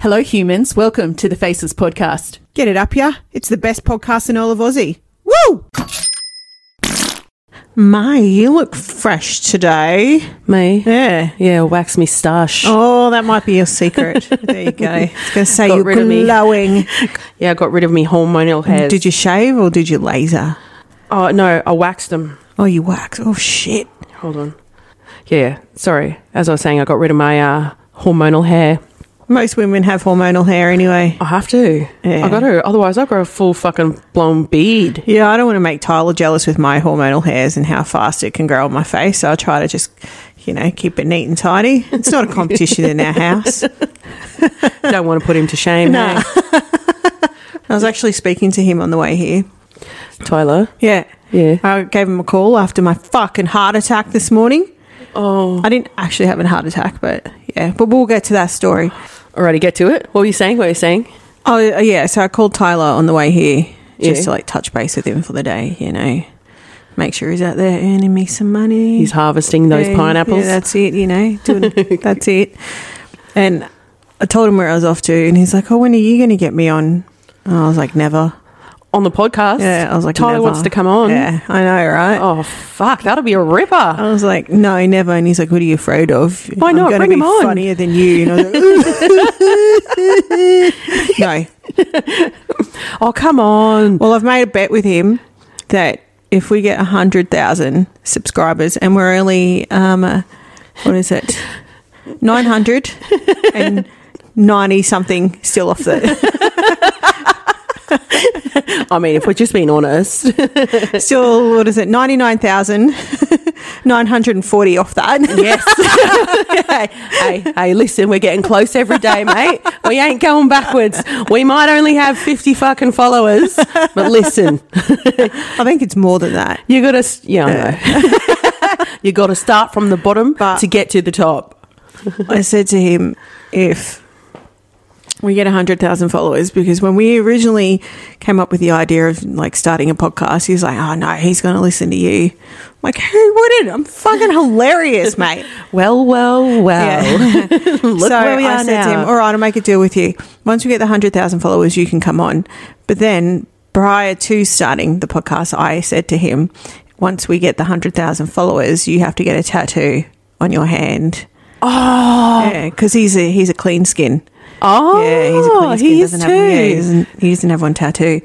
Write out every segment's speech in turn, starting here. Hello, humans. Welcome to the Faces podcast. Get it up, yeah? It's the best podcast in all of Aussie. Woo! My, you look fresh today. Me? Yeah. Yeah, wax me stash. Oh, that might be your secret. there you go. It's going to say Got you're rid of me. glowing. Yeah, I got rid of me hormonal hairs. did you shave or did you laser? Oh, no, I waxed them. Oh, you waxed. Oh, shit. Hold on. Yeah, sorry. As I was saying, I got rid of my uh, hormonal hair. Most women have hormonal hair anyway. I have to. Yeah. I got to. Otherwise, I'll grow a full fucking blown beard. Yeah, I don't want to make Tyler jealous with my hormonal hairs and how fast it can grow on my face. So I try to just, you know, keep it neat and tidy. It's not a competition in our house. Don't want to put him to shame. eh? No. hey? I was actually speaking to him on the way here. Tyler. Yeah. Yeah. I gave him a call after my fucking heart attack this morning. Oh. I didn't actually have a heart attack, but yeah. But we'll get to that story. Alrighty, get to it. What were you saying? What were you saying? Oh, yeah. So I called Tyler on the way here just Yeah. to like touch base with him for the day, you know, make sure he's out there earning me some money. He's harvesting those Yeah, pineapples. Yeah, that's it, you know, doing, that's it. And I told him where I was off to, and he's like, Oh, when are you going to get me on? And I was like, Never. on the podcast. Yeah, I was like, Tyler never. wants to come on. Yeah, I know, right? Oh, fuck. That'll be a ripper. I was like, no, never. And he's like, what are you afraid of? Why not? I'm gonna Bring be him on. funnier than you. And I was like, no. oh, come on. Well, I've made a bet with him that if we get 100,000 subscribers and we're only, um, uh, what is it, 900 and 90 something still off the, I mean, if we're just being honest. still, what is it, 99,940 off that. Yes. hey, hey, hey, listen, we're getting close every day, mate. We ain't going backwards. We might only have 50 fucking followers, but listen, I think it's more than that. you got to, yeah, I know. you got to start from the bottom But- to get to the top. I said to him, if we get 100,000 followers, because when we originally came up with the idea of like starting a podcast, he was like, oh no, he's going to listen to you. I'm like, who wouldn't? I'm fucking hilarious, mate. Well, well, well. Yeah. Look so where we I are said now. to him, all right, I'll make a deal with you. Once we get the 100,000 followers, you can come on. But then prior to starting the podcast, I said to him, once we get the 100,000 followers, you have to get a tattoo on your hand. oh, Yeah, because he's a, he's a clean skin. oh, Yeah, he's a clean skin. he is doesn't have one, yeah, he, too. doesn't, he doesn't have one tattoo.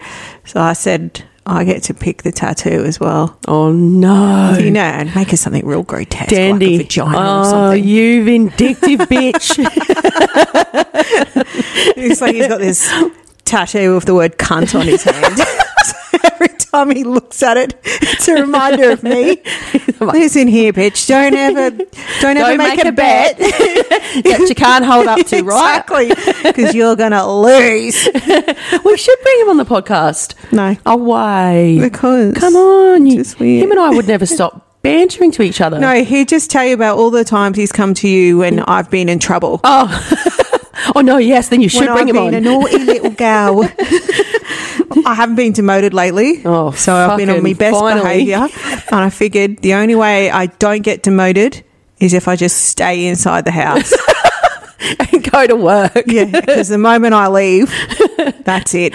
So I said, I get to pick the tattoo as well. Oh, no. You know, and make her something real grotesque, Dandy. like a vagina oh, or something. you vindictive bitch. It's like he's got this tattoo of the word cunt on his hand. So Every time he looks at it, it's a reminder of me. Listen here, bitch. Don't ever, don't, ever Don't make, a, bet. that you can't hold up to, right? Exactly, because you're gonna lose. We should bring him on the podcast. No, Away. because Come on. You, Just weird. Him and I would never stop bantering to each other. No, he'd just tell you about all the times he's come to you when I've been in trouble. Oh, oh no, yes, then you should when bring I've him been on. a naughty little gal. I haven't been demoted lately. Oh, so I've been on my fucking best finally. behaviour. And I figured the only way I don't get demoted is if I just stay inside the house. and go to work. yeah, because the moment I leave, that's it.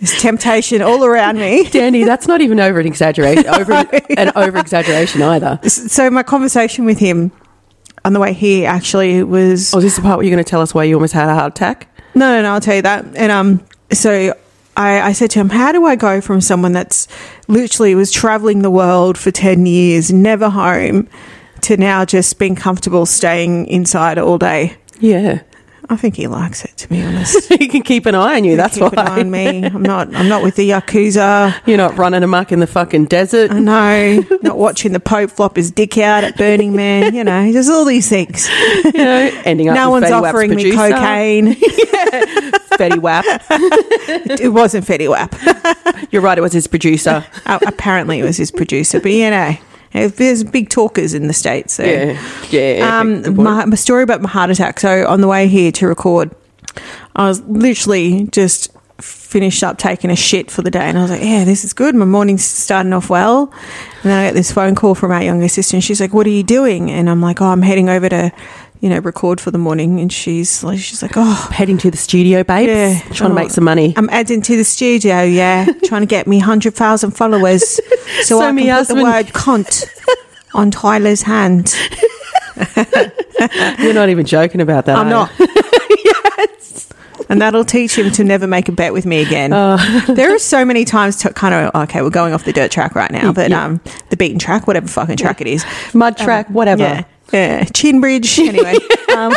There's temptation all around me. Danny, that's not even over an exaggeration over an over exaggeration either. So my conversation with him on the way here actually was Oh, is this the part where you're gonna tell us why you almost had a heart attack? No, no, no, I'll tell you that. And um, so I, I said to him, How do I go from someone that's literally was traveling the world for 10 years, never home, to now just being comfortable staying inside all day? Yeah. I think he likes it, to be honest. he can keep an eye on you, that's Keep an eye why. on me. I'm not. I'm not with the yakuza. You're not running amok in the fucking desert. I know. Not watching the Pope flop his dick out at Burning Man. You know, there's all these things. You know, ending up No with one's Fetty Wap's offering me producer, cocaine. Fetty Wap. It wasn't Fetty Wap. You're right, it was his producer. Uh, apparently, it was his producer. But you know, if there's big talkers in the states. So. yeah. um, my, my story about my heart attack. So on the way here to record, I was literally just finished up taking a shit for the day, and I was like, "Yeah, this is good. My morning's starting off well." And then I get this phone call from our younger sister, and she's like, "What are you doing?" And I'm like, "Oh, I'm heading over to." you know, record for the morning. And she's like, she's like, oh, Heading to the studio, babes. Yeah. Trying to Oh. make some money. I'm adding to the studio, yeah, trying to get me 100,000 followers so, So I can me put husband- the word cunt on Tyler's hand. You're not even joking about that. I'm are you? not. And that'll teach him to never make a bet with me again. Oh. there are so many times to kind of okay, we're going off the dirt track right now, but um, the beaten track, whatever fucking track it is, Um, Mud track, whatever. yeah, yeah, chin bridge. Anyway, um,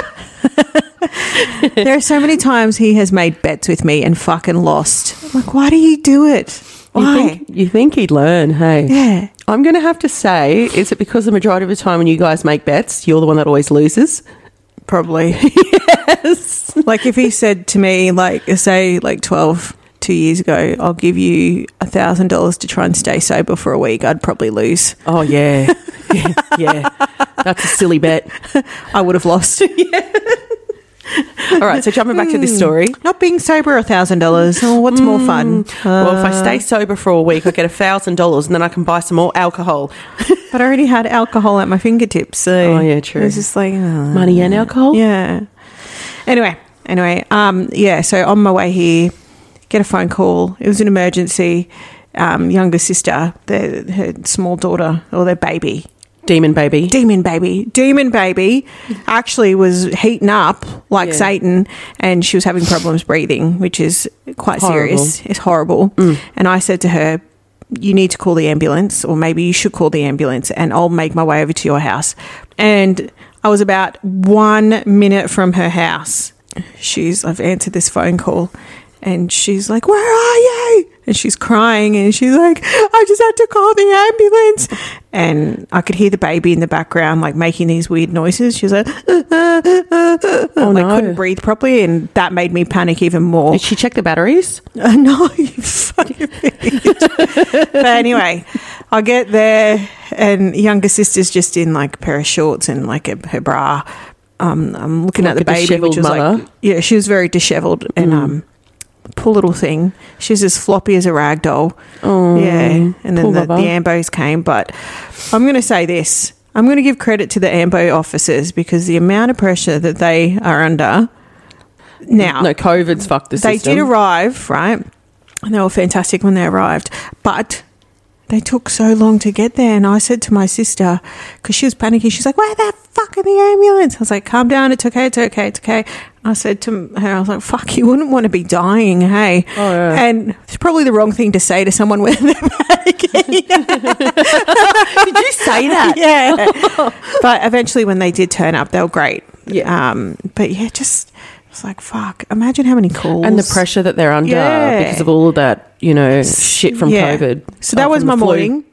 there are so many times he has made bets with me and fucking lost. I'm like, why do you do it? Why? You think, you think he'd learn, hey? yeah. I'm going to have to say, is it because the majority of the time when you guys make bets, you're the one that always loses? Probably. yes. Like if he said to me, like say, like twelve two years ago, I'll give you a thousand dollars to try and stay sober for a week, I'd probably lose. Oh, yeah. yeah, yeah. That's a silly bet. I would have lost. All right, so jumping back to this story. Not being sober, a thousand dollars. Oh, what's more fun? well, if I stay sober for a week, I get a thousand dollars, and then I can buy some more alcohol. But I already had alcohol at my fingertips. So Oh, yeah, true. It's just like oh. Money and alcohol. Yeah. Anyway, anyway, um, yeah. So on my way here, get a phone call. It was an emergency. Um, younger sister, their her small daughter or their baby, Demon baby. demon baby, demon baby, actually was heating up like Yeah. Satan, and she was having problems breathing, which is quite Horrible. serious. Mm. It's horrible. And I said to her. You need to call the ambulance, or maybe you should call the ambulance, and I'll make my way over to your house. And I was about one minute from her house. She's, I've answered this phone call, and she's like, Where are you? And she's crying, and she's like, I just had to call the ambulance. And I could hear the baby in the background, like making these weird noises. She's like, Oh, like no. couldn't breathe properly, and that made me panic even more. Did she check the batteries? Uh, no, you fucking bitch. but anyway, I get there, and younger sister's just in like a pair of shorts and like a, her bra. Um, I'm looking Like at the a baby, which dishevelled was mother. Mm. like, yeah, she was very dishevelled and um, poor little thing. She was as floppy as a rag doll. Oh, Yeah, and then poor the, the bubba. Ambos came. But I'm going to say this: I'm going to give credit to the Ambo officers because the amount of pressure that they are under now. No, COVID's fucked the they system. did arrive, right? And they were fantastic when they arrived, but. They took so long to get there, and I said to my sister because she was panicking. She's like, "Where the fuck are the ambulance?" I was like, "Calm down. It's okay. It's okay. It's okay." I said to her, "I was like, fuck, you wouldn't want to be dying, hey?" Oh, yeah. And it's probably the wrong thing to say to someone when they're panicking. Did you say that? yeah. but eventually, when they did turn up, they were great. Yeah. Um, but yeah, just it's like fuck. Imagine how many calls And the pressure that they're under Yeah. because of all of that, you know, shit from Yeah. COVID. So that Oh, was from my the flu. Mm. morning.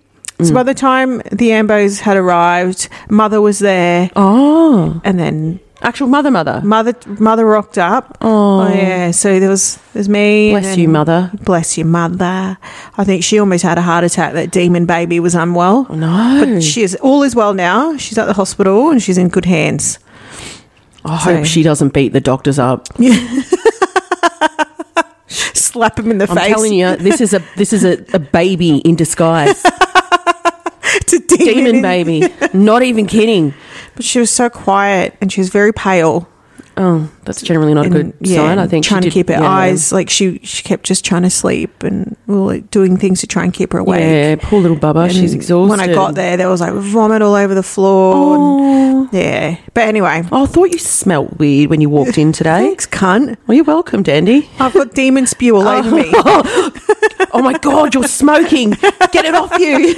So by the time the Ambos had arrived, mother was there, Oh, and then actual mother, mother. mother mother rocked up. Oh, yeah. So there was there's me. and bless then- you, mother. Bless your mother. I think she almost had a heart attack. That demon baby was unwell. Oh, no. But she is all is well now. She's at the hospital and she's in good hands. I hope she doesn't beat the doctors up. Slap him in the I'm face. telling you, this is a this is a, a baby in disguise, it's a demon, demon in- baby. Not even kidding. But she was so quiet and she was very pale. Oh, that's generally not a good and, yeah, sign. I and think she trying to did- keep her yeah. eyes like she she kept just trying to sleep and well, like, doing things to try and keep her awake. Yeah, poor little bubba. And She's exhausted. When I got there, there was like vomit all over the floor. oh, And, yeah, but anyway, I thought you smelt weird when you walked in today. thanks, cunt. Well, you're welcome, Dandy. I've got demon spew all over me. Oh my God, you're smoking. Get it off you.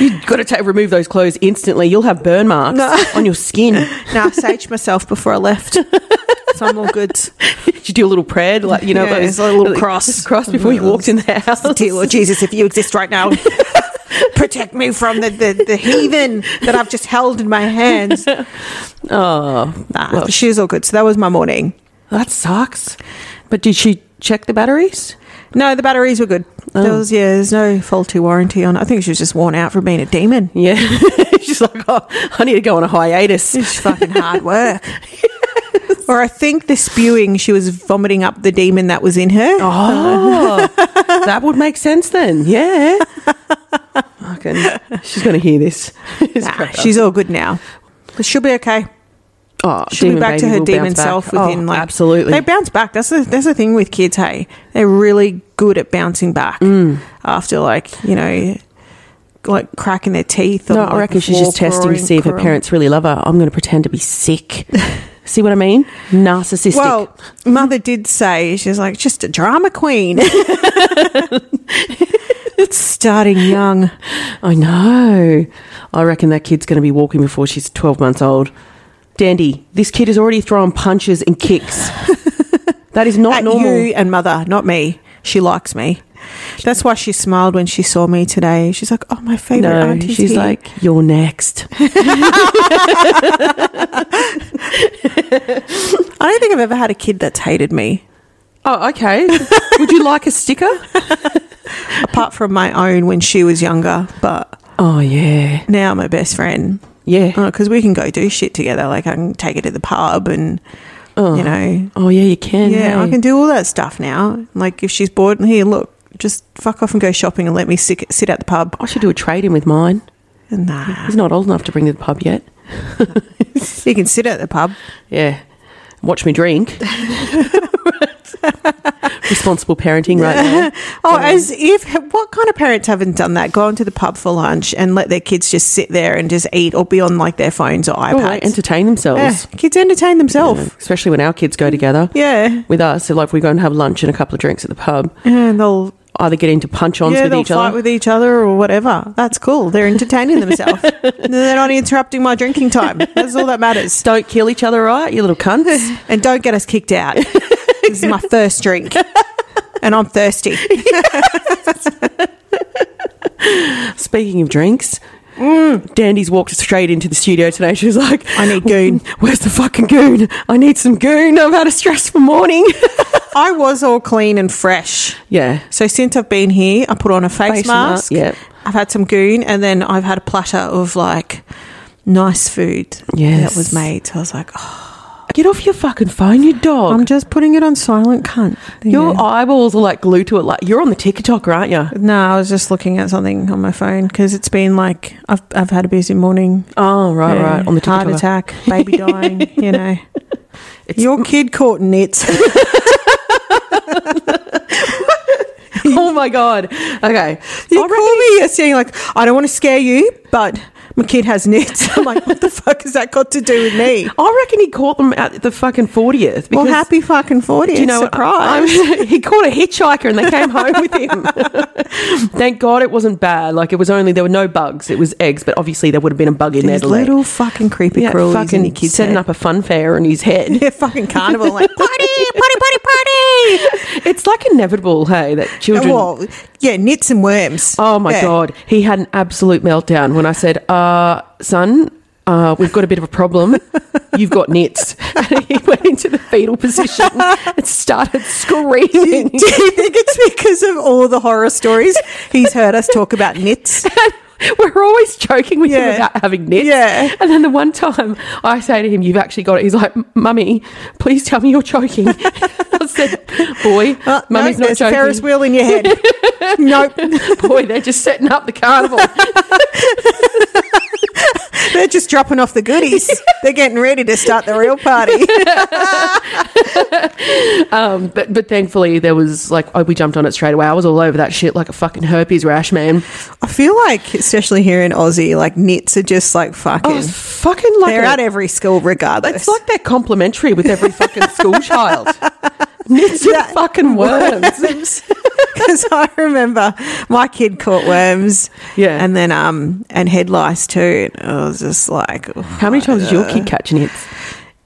You've got to take, remove those clothes instantly. You'll have burn marks on your skin. now I saged myself before I left, so I'm all good. Did you do a little prayer? Like, you know, Yeah, those, it's a little cross. Cross before you walked in the house. Dear Lord Jesus, if you exist right now, protect me from the, the, the heathen that I've just held in my hands. Nah, Oh, well, she was all good. So that was my morning. that sucks. But did she check the batteries? No, the batteries were good. Oh. There was yeah, there's no faulty warranty on. it. I think she was just worn out from being a demon. Yeah. She's like, oh, I need to go on a hiatus. It's fucking hard work. Or I think the spewing, she was vomiting up the demon that was in her. Oh, that would make sense then. Yeah. Fucking, she's going to hear this. It's Nah, crap. she's all good now. But she'll be okay. Oh, She'll demon be back to baby her will demon bounce back. self Oh, within like absolutely. They bounce back. That's the that's the thing with kids. Hey, they're really good at bouncing back Mm. after like you know, like cracking their teeth. no, like, I reckon the she's floor just testing to crawling- see if her crawling. parents really love her. I'm going to pretend to be sick. see what I mean? Narcissistic. Well, mother did say she's like just a drama queen. it's starting young. I know. I reckon that kid's going to be walking before she's 12 months old. Dandy, this kid is already throwing punches and kicks. that is not at normal. you and mother, not me. She likes me. That's why she smiled when she saw me today. She's like, "Oh, my favorite no, auntie's she's here." like, you're next. "I don't think I've ever had a kid that's hated me, Oh, okay. Would you like a sticker? apart from my own when she was younger." But Oh, yeah. now my best friend, Yeah. because we can go do shit together. Like I can take her to the pub, and Oh, you know, oh yeah, you can. Uh, yeah, I hey. can do all that stuff now. Like if she's bored, and here, look, just fuck off and go shopping, and let me sit, sit at the pub. I should do a trade in with mine. Nah, He's not old enough to bring to the pub yet. you can sit at the pub. Yeah. Watch me drink. Responsible parenting right now. Oh, as if what kind of parents haven't done that? Gone to the pub for lunch and let their kids just sit there and just eat or be on like their phones or Oh, they iPads. entertain yeah, themselves. kids entertain themselves. Especially when our kids go together Yeah. yeah. with us. So like we go and have lunch and a couple of drinks at the pub. And they'll, Either get into punch ons yeah, with they'll each fight other. with each other or whatever. That's cool. They're entertaining themselves. They're not interrupting my drinking time. That's all that matters. Don't kill each other, right? You little cunts. And don't get us kicked out. this is my first drink. And I'm thirsty. Speaking of drinks, Dandy's walked straight into the studio today. She was like, Mm. I need goon. Where's the fucking goon? I need some goon. I've had a stressful morning. I was all clean and fresh. yeah. So since I've been here, I put on a face, Face mask, mask. yep. I've had some goon, and then I've had a platter of like nice food. Yes. that was made. So I was like, oh, Get off your fucking phone, you dog. I'm just putting it on silent, cunt. Your eyeballs are like glued to it. Like you're on the TikTok, aren't you? no, I was just looking at something on my phone because it's been like I've I've had a busy morning. Oh, right, Yeah. right. On the TikTok. heart attack, baby dying. you know, It's- your kid caught nits. oh my god. Okay. You call me you're saying like, I don't want to scare you, but my kid has nits. I'm like, what the fuck has that got to do with me? I reckon he caught them at the fucking fortieth. well, happy fucking 40th. Do you know what? Surprise. I'm- he caught a hitchhiker and they came home with him. Thank God it wasn't bad. Like it was only there were no bugs. It was eggs, but obviously there would have been a bug in there. These to lay. little fucking creepy yeah, crawlies in fucking your kid's setting up a fun fair in his head. yeah, fucking carnival. Like, party, party, party, party. it's like inevitable, hey, that children. Well, yeah, nits and worms. Oh my Yeah. god, he had an absolute meltdown when I said, uh, "Son, uh, we've got a bit of a problem. You've got nits." And he went into the fetal position and started screaming. Do you think it's because of all the horror stories he's heard us talk about nits? Uh, We're always joking with him Yeah. about having nits. Yeah. And then the one time I say to him, "You've actually got it," he's like, "Mummy, please tell me you're joking." I said, "Boy, Uh, mummy's no, not there's a joking." Ferris wheel in your head. nope. Boy, they're just setting up the carnival. They're just dropping off the goodies. They're getting ready to start the real party. Um, but but thankfully there was like oh, we jumped on it straight away. I was all over that shit like a fucking herpes rash, man. I feel like, especially here in Aussie, like nits are just like fucking. I was Oh, fucking like they're a- at every school regardless. it's like they're complimentary with every fucking school child. Nits That- and fucking worms. Because I remember my kid caught worms, Yeah. and then um and head lice too. And I was just like, How many times did uh, your kid catch nits?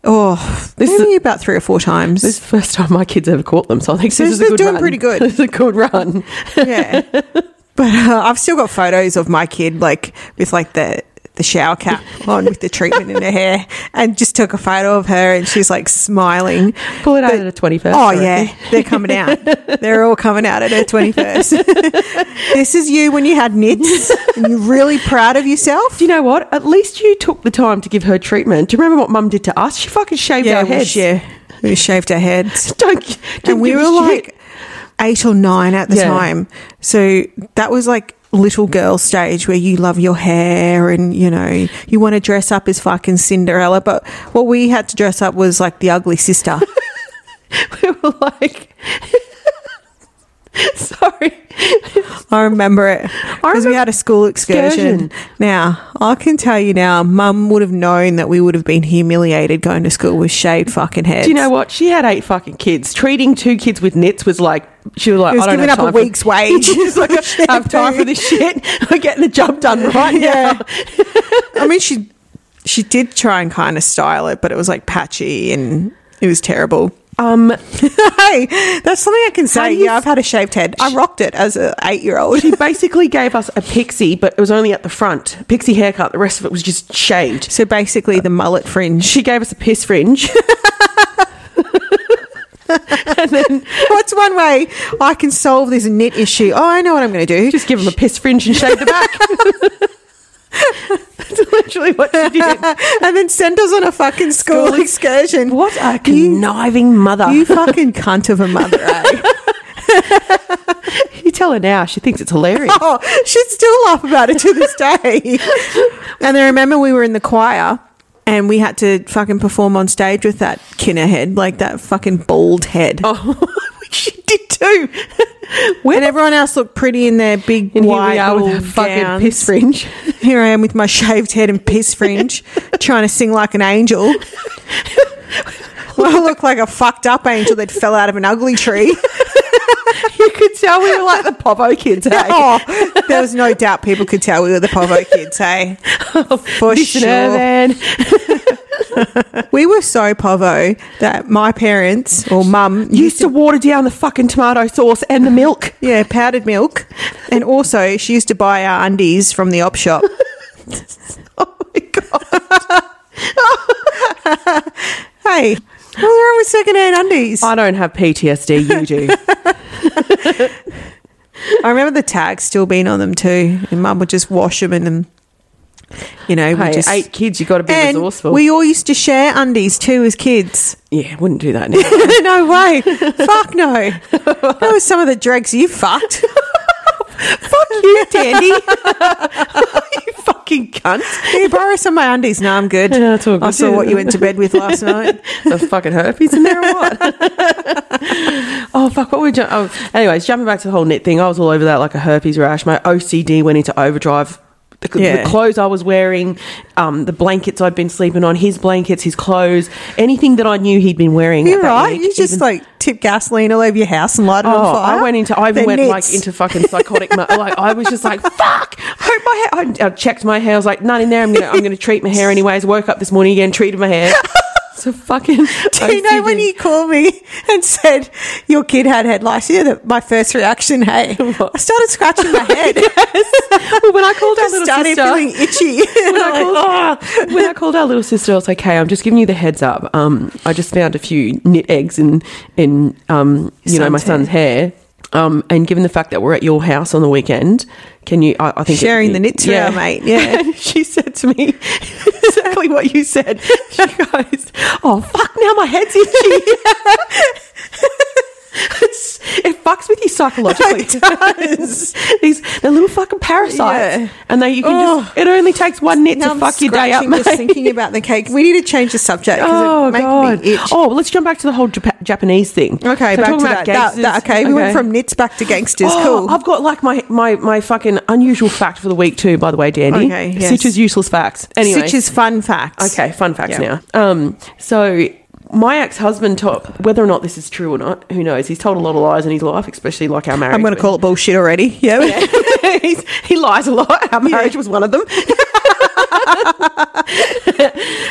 oh, This is- maybe about three or four times. This is the first time my kids ever caught them, so I think So this is a they're good doing run. pretty good. This is a good run. yeah, but uh, I've still got photos of my kid like with like the. The shower cap on with the treatment in her hair, and just took a photo of her, and she's like smiling. Pull it out But- at a twenty first. Oh yeah, they're coming out. They're all coming out at her twenty first. this is you when you had nits, and you're really proud of yourself. Do you know what? At least you took the time to give her treatment. Do you remember what Mum did to us? She fucking shaved our we, heads. yeah, we shaved our heads, Don't, didn't and we give a were shit. like eight or nine at the Yeah. time. So that was like little girl stage where you love your hair and you know you want to dress up as fucking Cinderella. But what we had to dress up was like the ugly sister. we were like, sorry. I remember it because we had a school excursion. Excursion. Now I can tell you now, Mum would have known that we would have been humiliated going to school with shaved fucking heads. Do you know what? She had eight fucking kids. Treating two kids with knits was like, she was like, It was I don't giving have up a time for- week's wage. She's like, I don't have time for this shit. We're getting the job done right Yeah. now. I mean, she she did try and kind of style it, but it was like patchy and it was terrible. Um, hey, that's something I can say. do you Yeah, I've had a shaved head. I rocked it as an eight year old. she basically gave us a pixie, but it was only at the front. Pixie haircut. The rest of it was just shaved. So basically, the mullet fringe. She gave us a piss fringe. and then What's one way I can solve this knit issue? Oh, I know what I'm going to do. just give them a piss fringe and shave the back. That's literally what she did. and then send us on a fucking school, School ex- excursion. What a You, conniving mother. you fucking cunt of a mother, eh? You tell her now, she thinks it's hilarious. oh, she'd still laugh about it to this day. and I remember we were in the choir and we had to fucking perform on stage with that kinner head, like that fucking bald head. Oh, she did too. and everyone else looked pretty in their big And here wide we are with little our fucking gowns. piss fringe. Here I am with my shaved head and piss fringe, trying to sing like an angel. Well, I look like a fucked up angel that fell out of an ugly tree. You could tell we were like the Popo kids, eh? hey? Oh, there was no doubt people could tell we were the Povo kids, hey? Oh, For Listener sure. then. We were so povo that my parents or mum Used to water down the fucking tomato sauce and the milk. yeah powdered milk, and also she used to buy our undies from the op shop. Oh my God. hey, what's wrong with secondhand undies? I don't have PTSD, you do. I remember the tags still being on them too, and mum would just wash them and then, you know we hey, just eight kids, you got to be and resourceful. we all used to share undies too as kids. yeah, wouldn't do that now. no way, fuck no. That was some of the dregs you fucked. Fuck you, Dandy. you fucking cunt. Can you borrow some of my undies? No, I'm good. No, it's all I good. saw what you went to bed with last night. The fucking herpes in there or what? oh, fuck, what were we doing? Oh, anyways, jumping back to the whole knit thing, I was all over that like a herpes rash. My OCD went into overdrive. The, the Yeah. clothes I was wearing, um, the blankets I'd been sleeping on, his blankets, his clothes, anything that I knew he'd been wearing. at You're that right. week, You just even- like tip gasoline all over your house and light it on Oh, fire. I went into, I even They're went nits. like into fucking psychotic. mo- like I was just like, fuck. I hope my hair. I, I checked my hair. I was like, none in there. I'm gonna, I'm gonna treat my hair anyways. Woke up this morning again, treated my hair. So fucking. Do you know when you called me and said your kid had head lice? You know, that my first reaction, hey, What? I started scratching my head. Well, when I called our Just little started sister. feeling itchy. when, I called, when I ah. called our little sister, I was like, "Hey, I'm just giving you the heads up. Um, I just found a few knit eggs in in um, you know, my Son's hair. son's hair. Um, and given the fact that we're at your house on the weekend, can you? I, I think Sharing the knits around, mate. Yeah. And she said to me exactly what you said. She goes, "Oh fuck! Now my head's itchy." It's- it fucks with you psychologically. It does. These they're little fucking parasites, Yeah. and they you can just. It only takes one knit Oh. Now to I'm fuck your day up, scratching Just mate. thinking about the cake. We need to change the subject because Oh it makes god! me itch. Oh, well, let's jump back to the whole Jap- Japanese thing. Okay, So back talking to about that. That- gangsters- Oh, that- okay, we went from knits back to gangsters. cool. I've got like my, my my fucking unusual fact for the week too. By the way, Dandy. Okay, yes. Stitch's useless facts. Anyway, Such is fun facts. Okay, fun facts Yeah. now. Um, so my ex-husband told whether or not this is true or not, who knows? He's told a lot of lies in his life, especially like our marriage. I'm going to call it bullshit already. Yeah. He's, he lies a lot. Our marriage was one of them.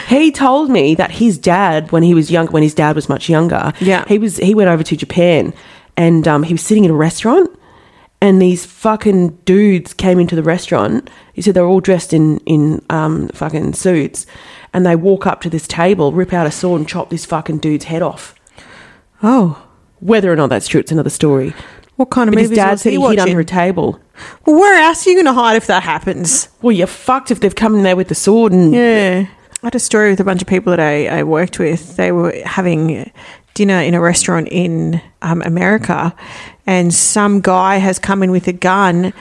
he told me that his dad, when he was young, when his dad was much younger, Yeah. he was he went over to Japan, and um, he was sitting in a restaurant, and these fucking dudes came into the restaurant. He said they were all dressed in in um, fucking suits, and they walk up to this table, rip out a sword, and chop this fucking dude's head off. Oh, Whether or not that's true, it's another story. what kind of But his movies dad was said he he hid watching? under a table. well, where else are you going to hide if that happens? Well, you're fucked if they've come in there with the sword and Yeah. I had a story with a bunch of people that I, I worked with. They were having dinner in a restaurant in um, America, and some guy has come in with a gun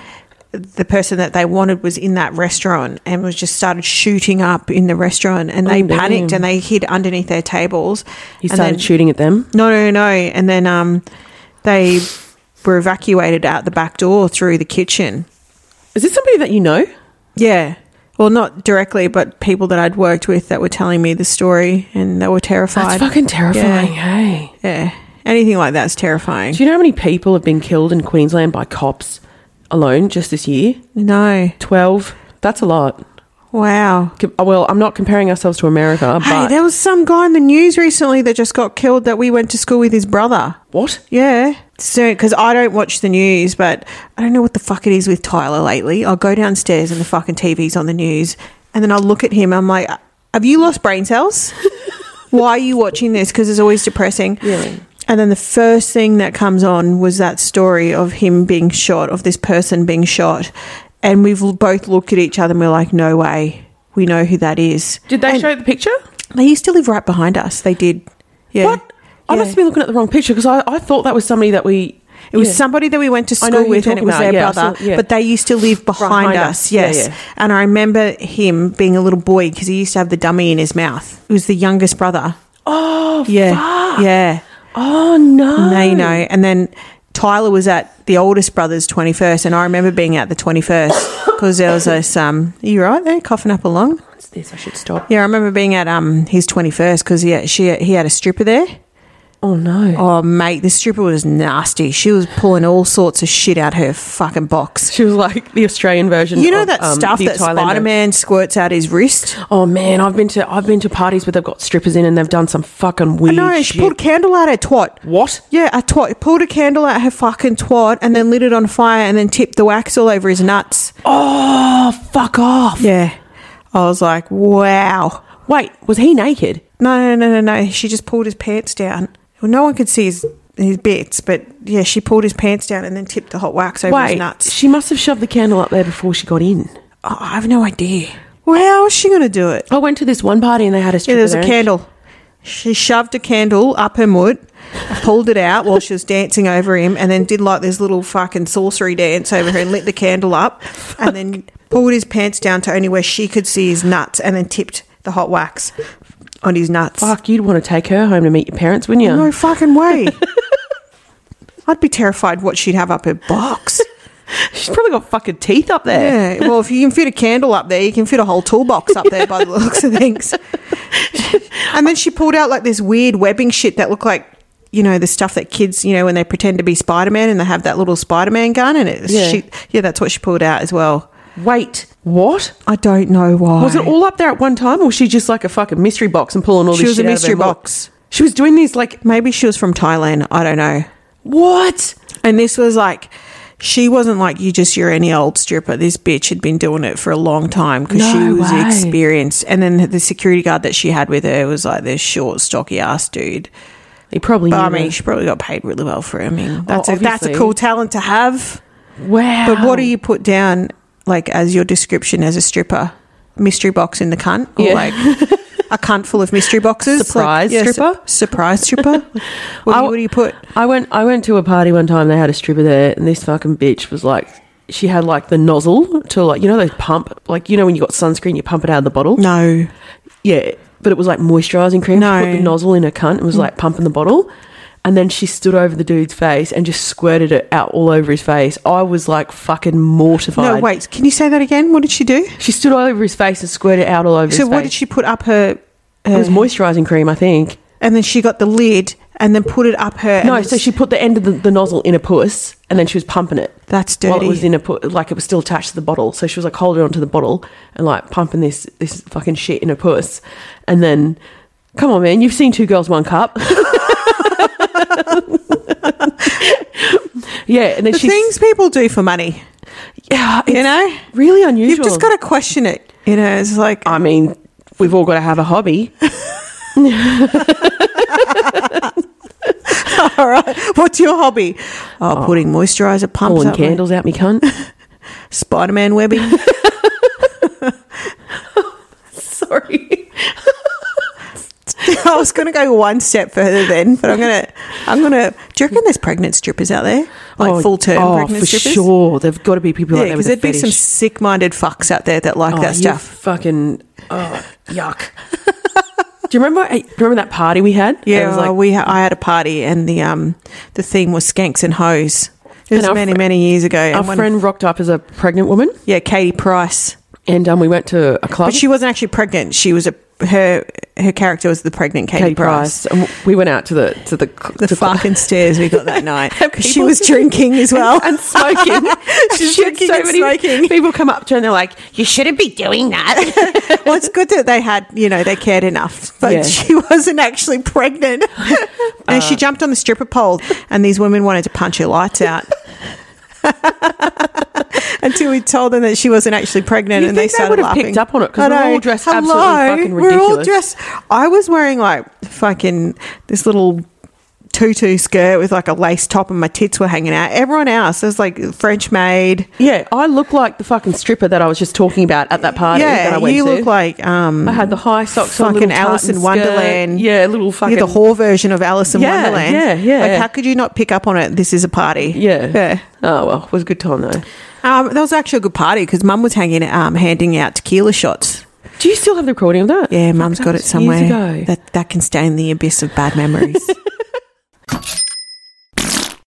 the person that they wanted was in that restaurant and was just started shooting up in the restaurant and they Oh, damn. panicked and they hid underneath their tables. He and started then- shooting at them. No, no, no. And then um, they were evacuated out the back door through the kitchen. Is this somebody that you Oh, know? Yeah. Well, not directly, but people that I'd worked with that were telling me the story and they were That's terrified. fucking terrifying, hey. yeah. Anything like that's terrifying. Do you know how many people have been killed in Queensland by cops alone just this year? no. 12. That's a lot. Wow. Com- uh, Well, I'm not comparing ourselves to America, Hey, but there was some guy in the news recently that just got killed that we went to school with his brother. what? Yeah. So, because I don't watch the news, but I don't know what the fuck it is with Tyler lately. I'll go downstairs and the fucking TV's on the news. And then I'll look at him. I'm like, have you lost brain cells? Why are you watching this? Because it's always depressing. Yeah. And then the first thing that comes on was that story of him being shot, of this person being shot. And we've l- both looked at each other and we're like, no way. We know who that is. Did they show the picture? They used to live right behind us. They did. Yeah. What? I Yeah. must have been looking at the wrong picture because I, I thought that was somebody that we. It was Yeah. somebody that we went to I know who school you're with, and it talking was about. their Yeah, I brother. saw- yeah. But they used to live behind, Behind us. us. Yeah, Yes, yeah. and I remember him being a little boy because he used to have the dummy in his mouth. It was the youngest brother. Oh, Yeah, fuck. yeah. Oh, no. Now you know. And then Tyler was at the oldest brother's twenty first, and I remember being at the twenty first because there was this. Um, are you right there, coughing up a lung? What's this? I should stop. Yeah, I remember being at um his twenty first because he had, she he had a stripper there. Oh, no. Oh mate, this stripper was nasty. She was pulling all sorts of shit out her fucking box. She was like the Australian version. You know of, that um, stuff the that Thailander. Spider Man squirts out his wrist? Oh man, I've been to I've been to parties where they've got strippers in and they've done some fucking weird. Oh, No, shit. she pulled a candle out her twat. what? Yeah, a twat. Pulled a candle out her fucking twat and then lit it on fire and then tipped the wax all over his nuts. Oh, fuck off! Yeah. I was like, wow. Wait, was he naked? No, no, no, no, no. She just pulled his pants down. Well, no one could see his, his bits, but yeah, she pulled his pants down and then tipped the hot wax over Wait, his nuts. she must have shoved the candle up there before she got in. Oh, I have no idea. Well, how is she going to do it? I went to this one party and they had a Yeah, stripper. there's a there. candle. She shoved a candle up her moot, pulled it out while she was dancing over him, and then did like this little fucking sorcery dance over her and lit the candle up, and then pulled his pants down to only where she could see his nuts, and then tipped the hot wax on his nuts. Fuck, you'd want to take her home to meet your parents, wouldn't you? No fucking way. I'd be terrified what she'd have up her box. She's probably got fucking teeth up there. Yeah, well, if you can fit a candle up there, you can fit a whole toolbox up there by the looks of things. and then she pulled out like this weird webbing shit that looked like, you know, the stuff that kids, you know, when they pretend to be Spider Man and they have that little Spider Man gun and it's Yeah. she, yeah, that's what she pulled out as well. Wait, what? I don't know why. Was it all up there at one time, or was she just like a fucking mystery box and pulling all She this? was a shit out of her mystery mouth? box. She was doing these like Maybe she was from Thailand. I don't know. what? And this was like, she wasn't like you just you're any old stripper. This bitch had been doing it for a long time because she No was way. experienced. And then the security guard that she had with her was like this short, stocky ass dude. He probably. But I knew mean, her. she probably got paid really well for it. I mean, that's a, that's a obviously. cool talent to have. wow. But what do you put down like as your description as a stripper? Mystery box in the cunt, or Yeah. like a cunt full of mystery boxes? Like, Surprise yeah, su- stripper? surprise stripper. what, do I you, w- what do you put? I went I went to a party one time. They had a stripper there, and this fucking bitch was like, she had like the nozzle to like you know they pump like you know when you got sunscreen you pump it out of the bottle. No. Yeah, but it was like moisturising cream. No. She put the nozzle in her cunt and was like pumping the bottle. And then she stood over the dude's face and just squirted it out all over his face. I was like fucking mortified. No, wait. Can you say that again? What did she do? She stood all over his face and squirted it out all over So his what face. did she put up her? it was moisturising cream, I think. And then she got the lid and then put it up her. and No, it's- so she put the end of the, the nozzle in a puss and then she was pumping it. That's While dirty. it was in a pu- like it was still attached to the bottle, so she was like holding onto the bottle and like pumping this this fucking shit in a puss, and then, come on, man, you've seen two girls, one cup. yeah, and then the she's things people do for money. yeah, it's You know, really unusual. you've just got to question it. You know, it's like I mean, we've all got to have a hobby. all right. What's your hobby? Oh, putting moisturizer pumps Pulling up my- candles out me cunt. Spider-Man webbing. Sorry. I was going to go one step further then, but I'm going to, I'm going to. Do you reckon there's pregnant strippers out there, like full term oh, pregnant for strippers? sure. There've got to be people Yeah, like that because with a there'd be some fetish. sick minded fucks out there that like Oh, that you stuff. Fucking oh, yuck. Do you remember? Do you remember that party we had? it Yeah, was like, we ha- I had a party and the um the theme was skanks and hoes. It was our many fri- many years ago. our and one- friend rocked up as a pregnant woman, yeah, Katie Price, and um, we went to a club. but she wasn't actually pregnant. She was a her her character was the pregnant Katie, Katie Price. Price. And we went out to the to the cl- The to cl- fucking stairs we got that night. 'Cause she people- was drinking as well. and smoking. She's She had drinking and smoking. people come up to her and they're like, "You shouldn't be doing that." well, it's good that they had, you know, they cared enough, but Yeah. Uh. she wasn't actually pregnant. and she jumped on the stripper pole, and these women wanted to punch her lights out. Until we told them that she wasn't actually pregnant, You'd and think they they started would have laughing. picked up on it 'cause I we're all know. dressed absolutely fucking We're all ridiculous. dressed. I was wearing like fucking this little tutu skirt with like a lace top, and my tits were hanging out. Everyone else was like French maid. yeah, I look like the fucking stripper that I was just talking about at that party. that I Yeah, went you to. look like um, I had the high socks on, fucking little tartan Alice in skirt. Wonderland. Yeah, little fucking yeah, the whore version of Alice in Yeah, Wonderland. yeah, yeah. Like, how could you not pick up on it? This is a party. Yeah. yeah. Oh well, it was a good time though. Um, that was actually a good party because Mum was hanging, um, handing out tequila shots. Do you still have the recording of that? Yeah, Mum's got it That was years somewhere. ago. That that can stay in the abyss of bad memories.